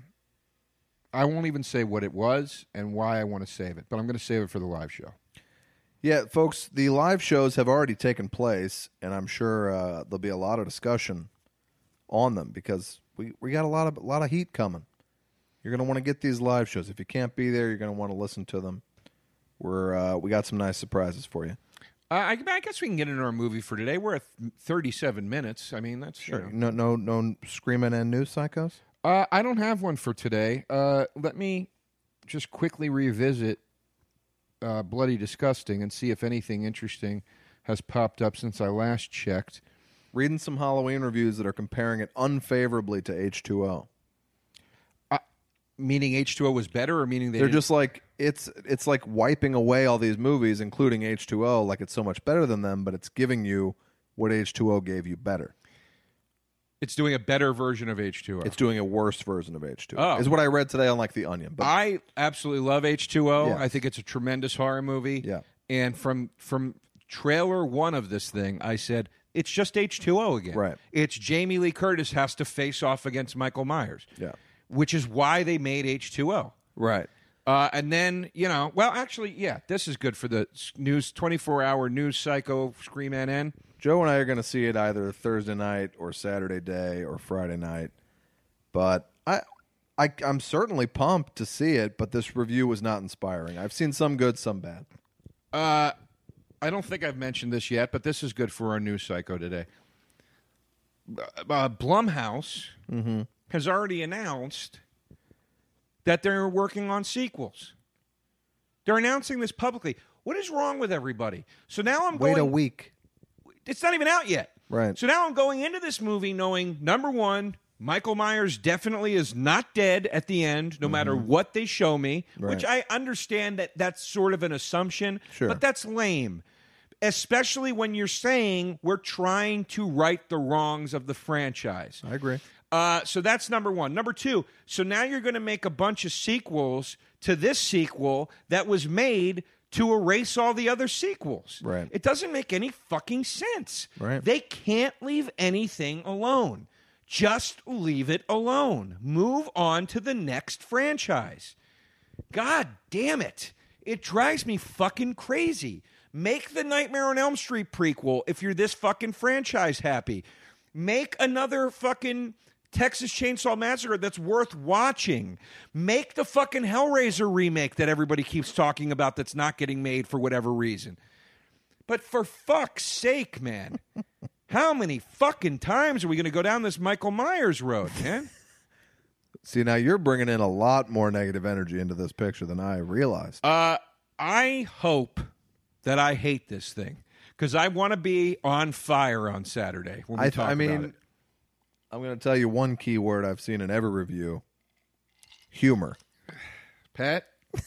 I won't even say what it was and why I want to save it, but I'm going to save it for the live show. Yeah, folks, the live shows have already taken place, and I'm sure uh, there'll be a lot of discussion on them because we, we got a lot of a lot of heat coming. You're going to want to get these live shows. If you can't be there, you're going to want to listen to them. We're uh, we got some nice surprises for you. Uh, I, I guess we can get into our movie for today. We're at 37 minutes. I mean, that's you know. No no no screaming and new psychos. Uh, I don't have one for today. Uh, let me just quickly revisit uh, Bloody Disgusting and see if anything interesting has popped up since I last checked. Reading some Halloween reviews that are comparing it unfavorably to H2O. Meaning H2O was better, or meaning they They're didn't- just like it's it's like wiping away all these movies, including H2O, like it's so much better than them, but it's giving you what H2O gave you better. it's doing a better version of H2O. It's doing a worse version of H2O. Oh. Ah. Is what I read today on like The Onion. But I absolutely love H2O. Yeah. I think it's a tremendous horror movie. Yeah. And from from trailer one of this thing, I said It's just H2O again. Right. It's Jamie Lee Curtis has to face off against Michael Myers. Yeah. Which is why they made H2O. Right. Uh, and then, you know, well, actually, yeah, this is good for the s- news 24 hour news psycho Scream NN. Joe and I are going to see it either Thursday night or Saturday day or Friday night. But I, I, I'm certainly pumped to see it. But this review was not inspiring. I've seen some good, some bad. Uh, I don't think I've mentioned this yet, but this is good for our news psycho today. Uh, Blumhouse has already announced that they're working on sequels. They're announcing this publicly. What is wrong with everybody? So now I'm going. week. it's not even out yet. Right. So now I'm going into this movie knowing number one, Michael Myers definitely is not dead at the end, Mm-hmm. no matter what they show me, which I understand that that's sort of an assumption, Sure. but that's lame. Especially when you're saying we're trying to right the wrongs of the franchise. I agree. Uh, so that's number one. Number two, so now you're going to make a bunch of sequels to this sequel that was made to erase all the other sequels. Right. It doesn't make any fucking sense. Right. They can't leave anything alone. Just leave it alone. Move on to the next franchise. God damn it. It drives me fucking crazy. Make the Nightmare on Elm Street prequel if you're this fucking franchise happy. Make another fucking Texas Chainsaw Massacre that's worth watching. Make the fucking Hellraiser remake that everybody keeps talking about that's not getting made for whatever reason. But for fuck's sake, man. How many fucking times are we going to go down this Michael Myers road, man? See, now you're bringing in a lot more negative energy into this picture than I realized. Uh, I hope that I hate this thing because I want to be on fire on Saturday. When we I, talk I about mean, it. I'm going to tell you one key word I've seen in every review: humor. Pat, you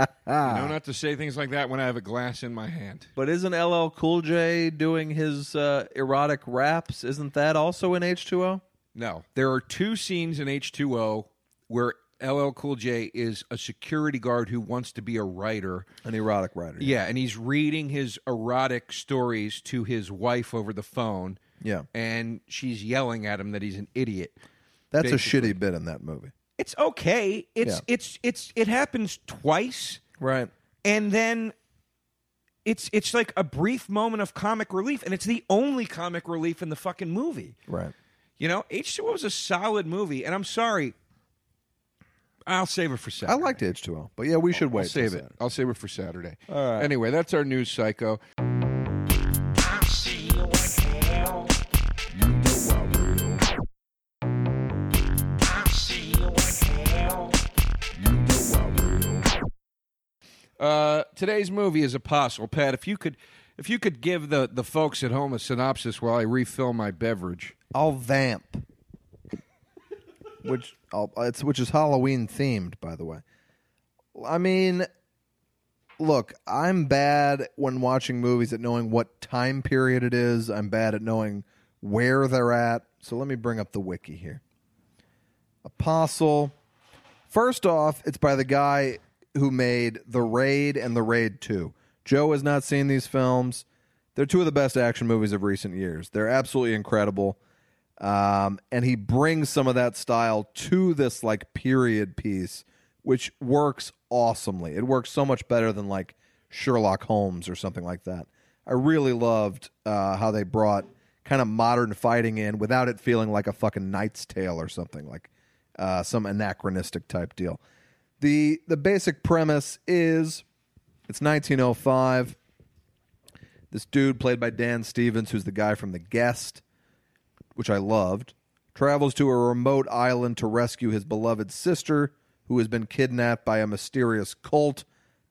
uh, know not to say things like that when I have a glass in my hand. But isn't LL Cool J doing his uh, erotic raps? Isn't that also in H2O? No, there are two scenes in H2O where LL Cool J is a security guard who wants to be a writer. An erotic writer. Yeah, and he's reading his erotic stories to his wife over the phone. Yeah. And she's yelling at him that he's an idiot. That's Basically. a shitty bit in that movie. it's okay. It's Yeah. it's it's it happens twice, Right. and then it's it's like a brief moment of comic relief, and it's the only comic relief in the fucking movie. Right. You know, H two O was a solid movie, and I'm sorry, I'll save it for I Saturday. liked H2O, but yeah, we should wait. I'll save till it. Saturday. I'll save it for Saturday. All right. Anyway, that's our news psycho. Uh, today's movie is Apostle. Pat, if you could, if you could give the the folks at home a synopsis while I refill my beverage. I'll vamp, which I'll, it's which is Halloween themed, by the way. I mean, look, I'm bad when watching movies at knowing what time period it is. I'm bad at knowing where they're at. So let me bring up the wiki here. Apostle. First off, it's by the guy who made The Raid and The Raid 2. Joe has not seen these films. They're two of the best action movies of recent years. They're absolutely incredible. Um, and he brings some of that style to this like period piece, which works awesomely. It works so much better than like Sherlock Holmes or something like that. I really loved uh, how they brought kind of modern fighting in without it feeling like a fucking Knight's Tale or something like uh, some anachronistic type deal. The the basic premise is it's 1905. This dude played by Dan Stevens, who's the guy from The Guest, which I loved, travels to a remote island to rescue his beloved sister, who has been kidnapped by a mysterious cult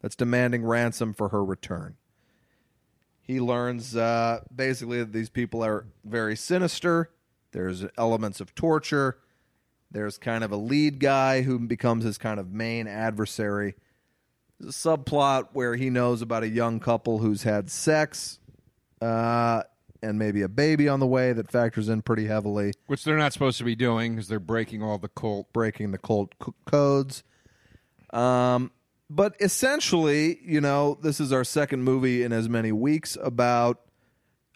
that's demanding ransom for her return. He learns uh, basically that these people are very sinister. There's elements of torture. There's kind of a lead guy who becomes his kind of main adversary. There's a subplot where he knows about a young couple who's had sex uh, and maybe a baby on the way that factors in pretty heavily, Which they're not supposed to be doing because they're breaking all the cult. breaking the cult c- codes. Um, but essentially, you know, this is our second movie in as many weeks about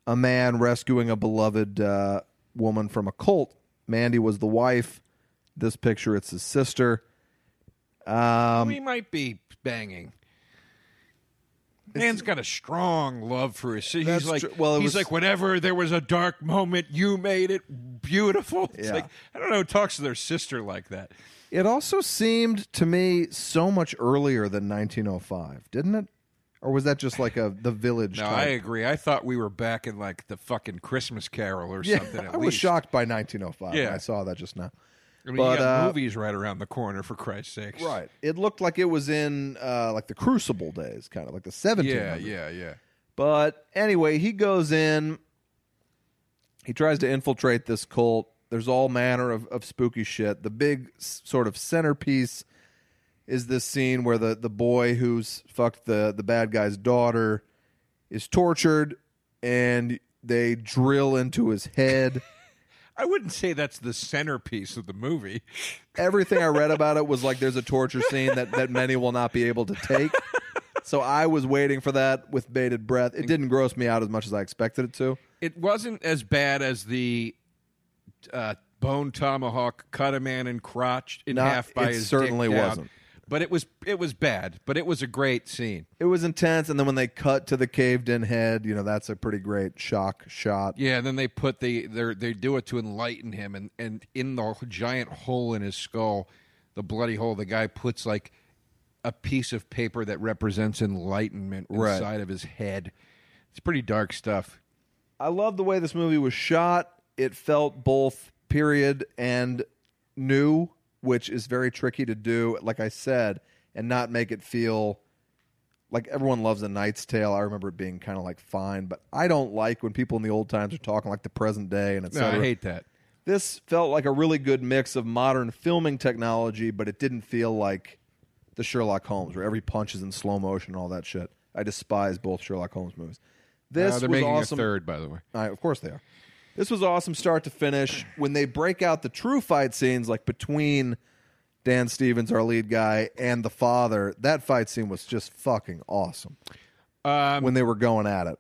a man rescuing a beloved uh, woman from a cult. Mandy was the wife. This picture, it's his sister. Um, we might be banging. Man's got a strong love for his. city. That's He's like, true. Well, it he's was- like, whenever there was a dark moment, you made it beautiful. It's Yeah. like I don't know. who Talks to their sister like that. It also seemed to me so much earlier than 1905, didn't it? Or was that just like a the village? No, I type? agree. I thought we were back in like the fucking Christmas Carol or yeah, something. At I was least. shocked by 1905. Yeah. I saw that just now. I mean, But, you got uh, movies right around the corner for Christ's sakes. Right. It looked like it was in uh, like the Crucible days, kind of like the 1700s. Yeah, yeah, yeah. But anyway, he goes in. He tries to infiltrate this cult. There's all manner of, of spooky shit. The big s- sort of centerpiece is this scene where the, the boy who's fucked the, the bad guy's daughter is tortured and they drill into his head. I wouldn't say that's the centerpiece of the movie. Everything I read about it was like there's a torture scene that, that many will not be able to take. So I was waiting for that with bated breath. It didn't gross me out as much as I expected it to. It wasn't as bad as the uh, bone tomahawk cut a man in crotch in Not- half by it his certainly dick down. wasn't. But it was it was bad. But it was a great scene. it was intense and then when they cut to the caved in head you know that's a pretty great shock shot Yeah, and then they put the they they do it to enlighten him, and and in the giant hole in his skull, the bloody hole, the guy puts like a piece of paper that represents enlightenment Right. inside of his head. It's pretty dark stuff. i love the way this movie was shot it felt both period and new which is very tricky to do like i said and not make it feel like everyone loves a knight's tale i remember it being kind of like fine but i don't like when people in the old times are talking like the present day and No, etc I hate that. this felt like a really good mix of modern filming technology, but it didn't feel like the Sherlock Holmes, where every punch is in slow motion and all that shit. I despise both Sherlock Holmes movies. This Uh, they're was making awesome. a third, by the way. I- of course they are. This was awesome, start to finish. When they break out the true fight scenes, like between Dan Stevens, our lead guy, and the father, that fight scene was just fucking awesome. Um, When they were going at it,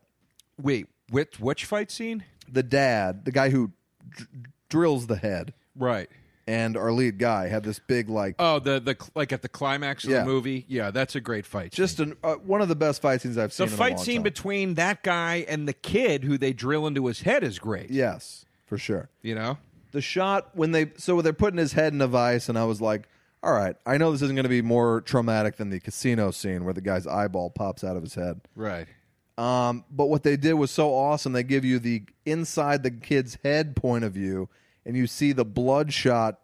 wait, which which fight scene? the dad, the guy who dr- drills the head, Right. and our lead guy had this big like Oh, the the cl- like at the climax of Yeah. the movie. Yeah, that's a great fight. scene. just an, uh, one of the best fight scenes I've the seen. in a fight long scene time. between that guy and the kid who they drill into his head is great. yes, for sure. You know. The shot when they so they're putting his head in a vice, and I was like, all right, I know this isn't going to be more traumatic than the casino scene where the guy's eyeball pops out of his head. Right. Um, but what they did was so awesome. They give you the inside the kid's head point of view, and you see the blood shot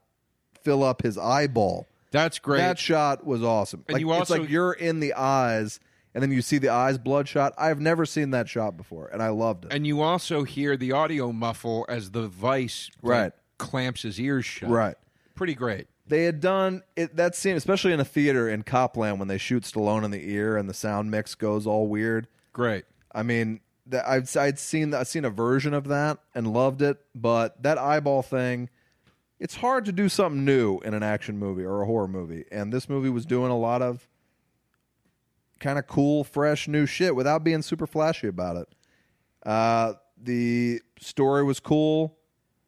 fill up his eyeball. That's great. That shot was awesome. And like, you it's also- like you're in the eyes, and then you see the eyes bloodshot. I've never seen that shot before, and I loved it. and you also hear the audio muffle as the vice like, Right. clamps his ears shut. Right. Pretty great. They had done it, that scene, especially in a theater in Copland when they shoot Stallone in the ear and the sound mix goes all weird. Great. I mean, that I'd I'd seen I'd seen a version of that and loved it, but that eyeball thing, it's hard to do something new in an action movie or a horror movie, and this movie was doing a lot of kind of cool, fresh, new shit without being super flashy about it. Uh, the story was cool.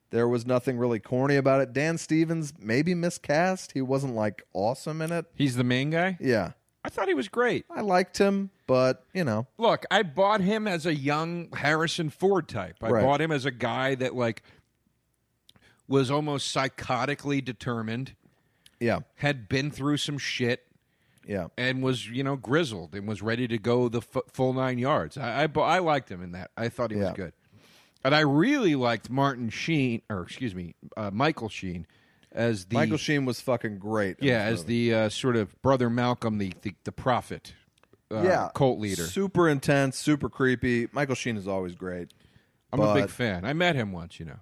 There was nothing really corny about it. Dan Stevens maybe miscast. He wasn't like awesome in it. He's the main guy. Yeah, I thought he was great. I liked him, but you know, Look, I bought him as a young Harrison Ford type. I Right. bought him as a guy that like was almost psychotically determined, yeah, had been through some shit, yeah. and was you know grizzled and was ready to go the f- full nine yards. I, I bu- I liked him in that. I thought he was Yeah. good, and I really liked Martin Sheen or excuse me, uh, Michael Sheen as the Michael Sheen was fucking great. in yeah this as the uh, sort of brother Malcolm, the the, the prophet, uh, movie. yeah cult leader. super intense, super creepy. Michael Sheen is always great. I'm a big but- fan. I met him once, you know.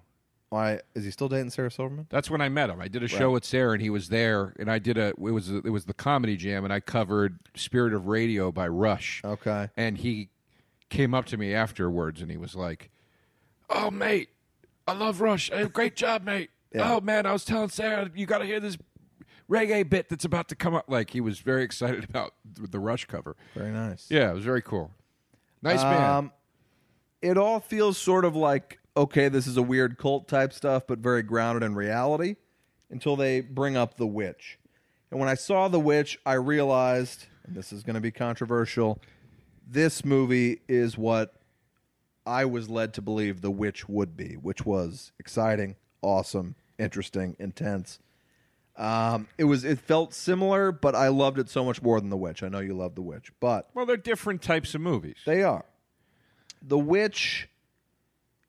Why is he still dating Sarah Silverman? That's when I met him. I did a show at Sarah, and he was there. And I did a it was it was the comedy jam, and I covered "Spirit of Radio" by Rush. Okay. and he came up to me afterwards and he was like, "Oh, mate, I love Rush. Hey, great job, mate. Yeah. Oh man, I was telling Sarah you got to hear this reggae bit that's about to come up." Like he was very excited about th- the Rush cover. Very nice. Yeah, it was very cool. Nice man. Um, it all feels sort of like okay, this is a weird cult type stuff, but very grounded in reality. Until they bring up the witch, and when I saw the witch, I realized, and this is going to be controversial, this movie is what I was led to believe the witch would be, which was exciting, awesome, interesting, intense. Um, it was it felt similar, but I loved it so much more than the witch. I know you love the witch, but Well, they're different types of movies. they are. The witch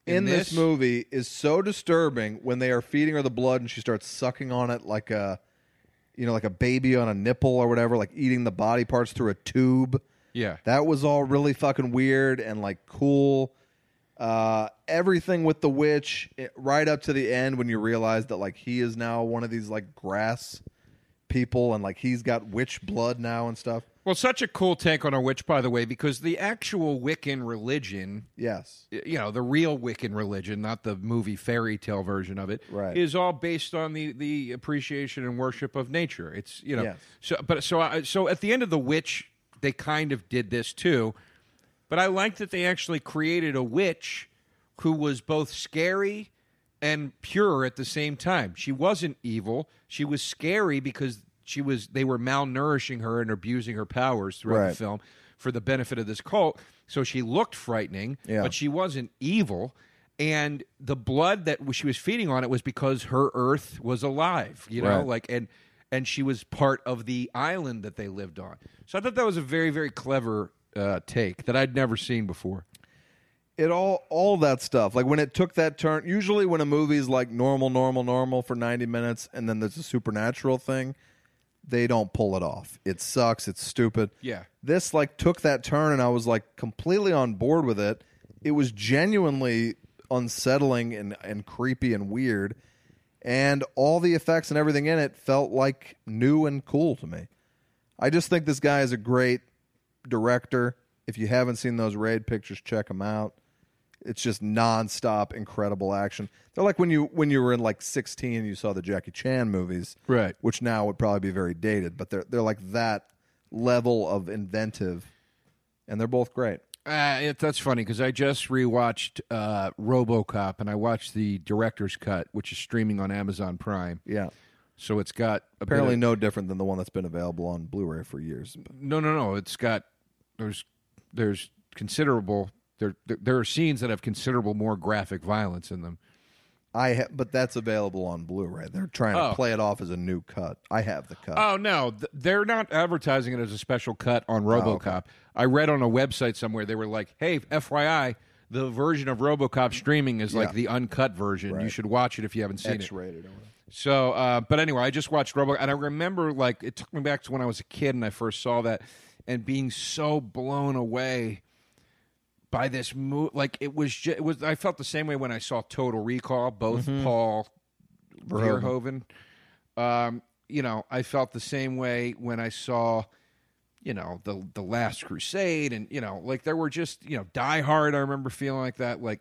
in, In this? this? movie is so disturbing when they are feeding her the blood and she starts sucking on it like a you know like a baby on a nipple or whatever, like eating the body parts through a tube. yeah. That was all really fucking weird and like cool. Uh, everything with the witch, it- right up to the end when you realize that like he is now one of these like grass people and like he's got witch blood now and stuff. Well, such a cool take on a witch, by the way, because the actual Wiccan religion, Yes. y- you know, the real Wiccan religion, not the movie fairy tale version of it, is Right. all based on the the appreciation and worship of nature. It's you know, Yes. so but so I, so at the end of the witch, they kind of did this too, but I like that they actually created a witch who was both scary and pure at the same time. She wasn't evil. She was scary because she was they were malnourishing her and abusing her powers throughout the Right. film for the benefit of this cult. So she looked frightening, Yeah. but she wasn't evil. And the blood that she was feeding on it was because her earth was alive, you know, Right. like and and she was part of the island that they lived on. So I thought that was a very very clever uh, take that I'd never seen before. It all all that stuff. Like when it took that turn, usually when a movie's like normal, normal, normal for 90 minutes and then there's a supernatural thing, they don't pull it off. It sucks, it's stupid. Yeah. this like took that turn and I was like completely on board with it. It was genuinely unsettling and, and creepy and weird. And all the effects and everything in it felt like new and cool to me. I just think this guy is a great director. If you haven't seen those raid pictures, check them out. It's just nonstop incredible action. They're like when you when you were in like 16 and you saw the Jackie Chan movies. Right. Which now would probably be very dated, but they're they're like that level of inventive and they're both great. Uh, it, that's funny because I just rewatched uh, RoboCop and I watched the director's cut, which is streaming on Amazon Prime. Yeah. So it's got a bit Apparently of- no different than the one that's been available on Blu-ray for years. no, no, no. It's got there's there's considerable there there- there are scenes that have considerable more graphic violence in them. I ha- but that's available on Blu-ray. They're trying to Oh. play it off as a new cut. I have the cut. Oh no, th- they're not advertising it as a special cut on Oh, RoboCop. I read on a website somewhere they were like, "Hey, FYI, the version of RoboCop streaming is like the uncut version. You should watch it if you haven't seen it." X-rated or whatever. So, uh, but anyway, I just watched Robo, and I remember like it took me back to when I was a kid and I first saw that, and being so blown away by this movie. Like it was, ju- it was. I felt the same way when I saw Total Recall, both Paul Verhoeven. Um, you know, I felt the same way when I saw, you know, the the Last Crusade, and you know, like there were just you know Die Hard. I remember feeling like that, like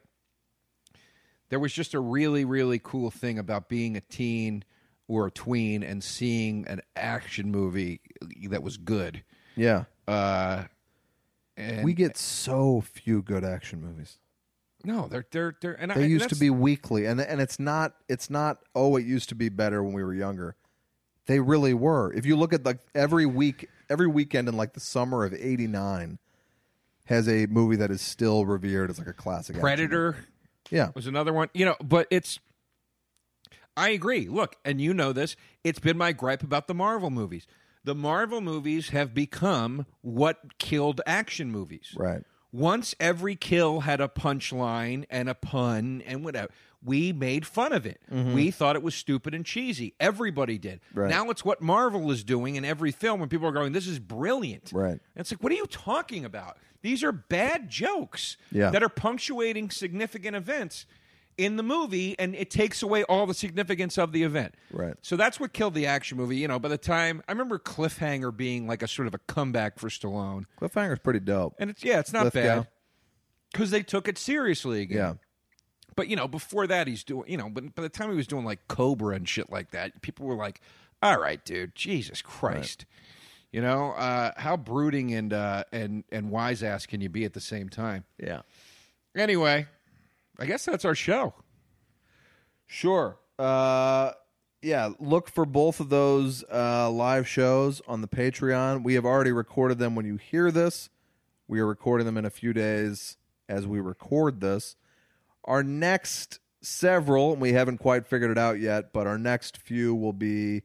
there was just a really really cool thing about being a teen or a tween and seeing an action movie that was good Yeah. uh and we get so few good action movies. no they're they're, they're and I, They and used to that's- be weekly, and and it's not it's not oh it used to be better when we were younger. They really were. If you look at like every week, every weekend in like the summer of '89, has a movie that is still revered as like a classic. action predator movie. Yeah, was another one you know but it's i agree look and you know this it's been my gripe about the marvel movies the marvel movies have become what killed action movies right. Once every kill had a punchline and a pun and whatever. We made fun of it. We thought it was stupid and cheesy. Everybody did. Mm-hmm. Right. Now it's what Marvel is doing in every film, and people are going, "This is brilliant." Right. And it's like, what are you talking about? These are bad jokes Yeah. that are punctuating significant events in the movie, and it takes away all the significance of the event. Right. So that's what killed the action movie. You know, by the time I remember Cliffhanger being like a sort of a comeback for Stallone. Cliffhanger's pretty dope. And it's yeah, it's not Lithgow. bad because they took it seriously again. Yeah, But you know, before that, he's doing you know, but by the time he was doing like Cobra and shit like that, people were like, "All right, dude, Jesus Christ." You know uh, how brooding and uh, and and wise ass can you be at the same time? yeah. Anyway, I guess that's our show. Sure. Uh, yeah, look for both of those uh, live shows on the Patreon. We have already recorded them when you hear this. We are recording them in a few days as we record this. Our next several, and we haven't quite figured it out yet, but our next few will be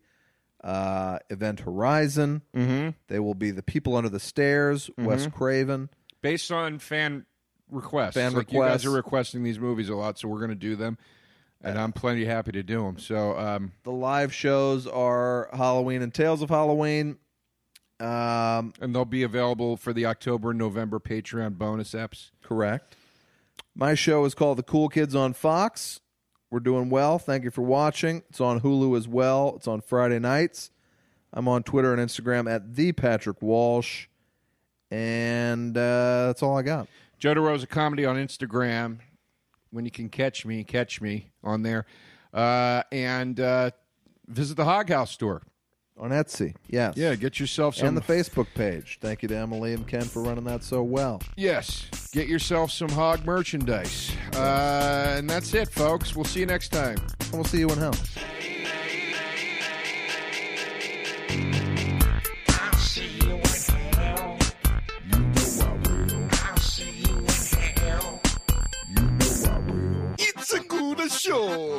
uh, Event Horizon. Mm-hmm. They will be The People Under the Stairs, Wes Craven. Based on fan requests. Fan like You guys requests. are requesting these movies a lot, so we're going to do them, and I'm plenty happy to do them. So, um, The live shows are Halloween and Tales of Halloween. Um, and they'll be available for the October and November Patreon bonus apps. Correct. My show is called The Cool Kids on Fox. We're doing well. Thank you for watching. It's on Hulu as well. It's on Friday nights. I'm on Twitter and Instagram at the Patrick Walsh. And uh, that's all I got. Joe DeRosa Comedy on Instagram. When you can catch me, catch me on there. Uh, and uh, visit the Hog House store. On Etsy, yes. Yeah, get yourself some. and the Facebook page. Thank you to Emily and Ken for running that so well. yes, get yourself some hog merchandise. Uh, and that's it, folks. We'll see you next time. And we'll see you in hell. I'll see you in hell. You know I will. I'll see you in hell. You know I will. It's a good show.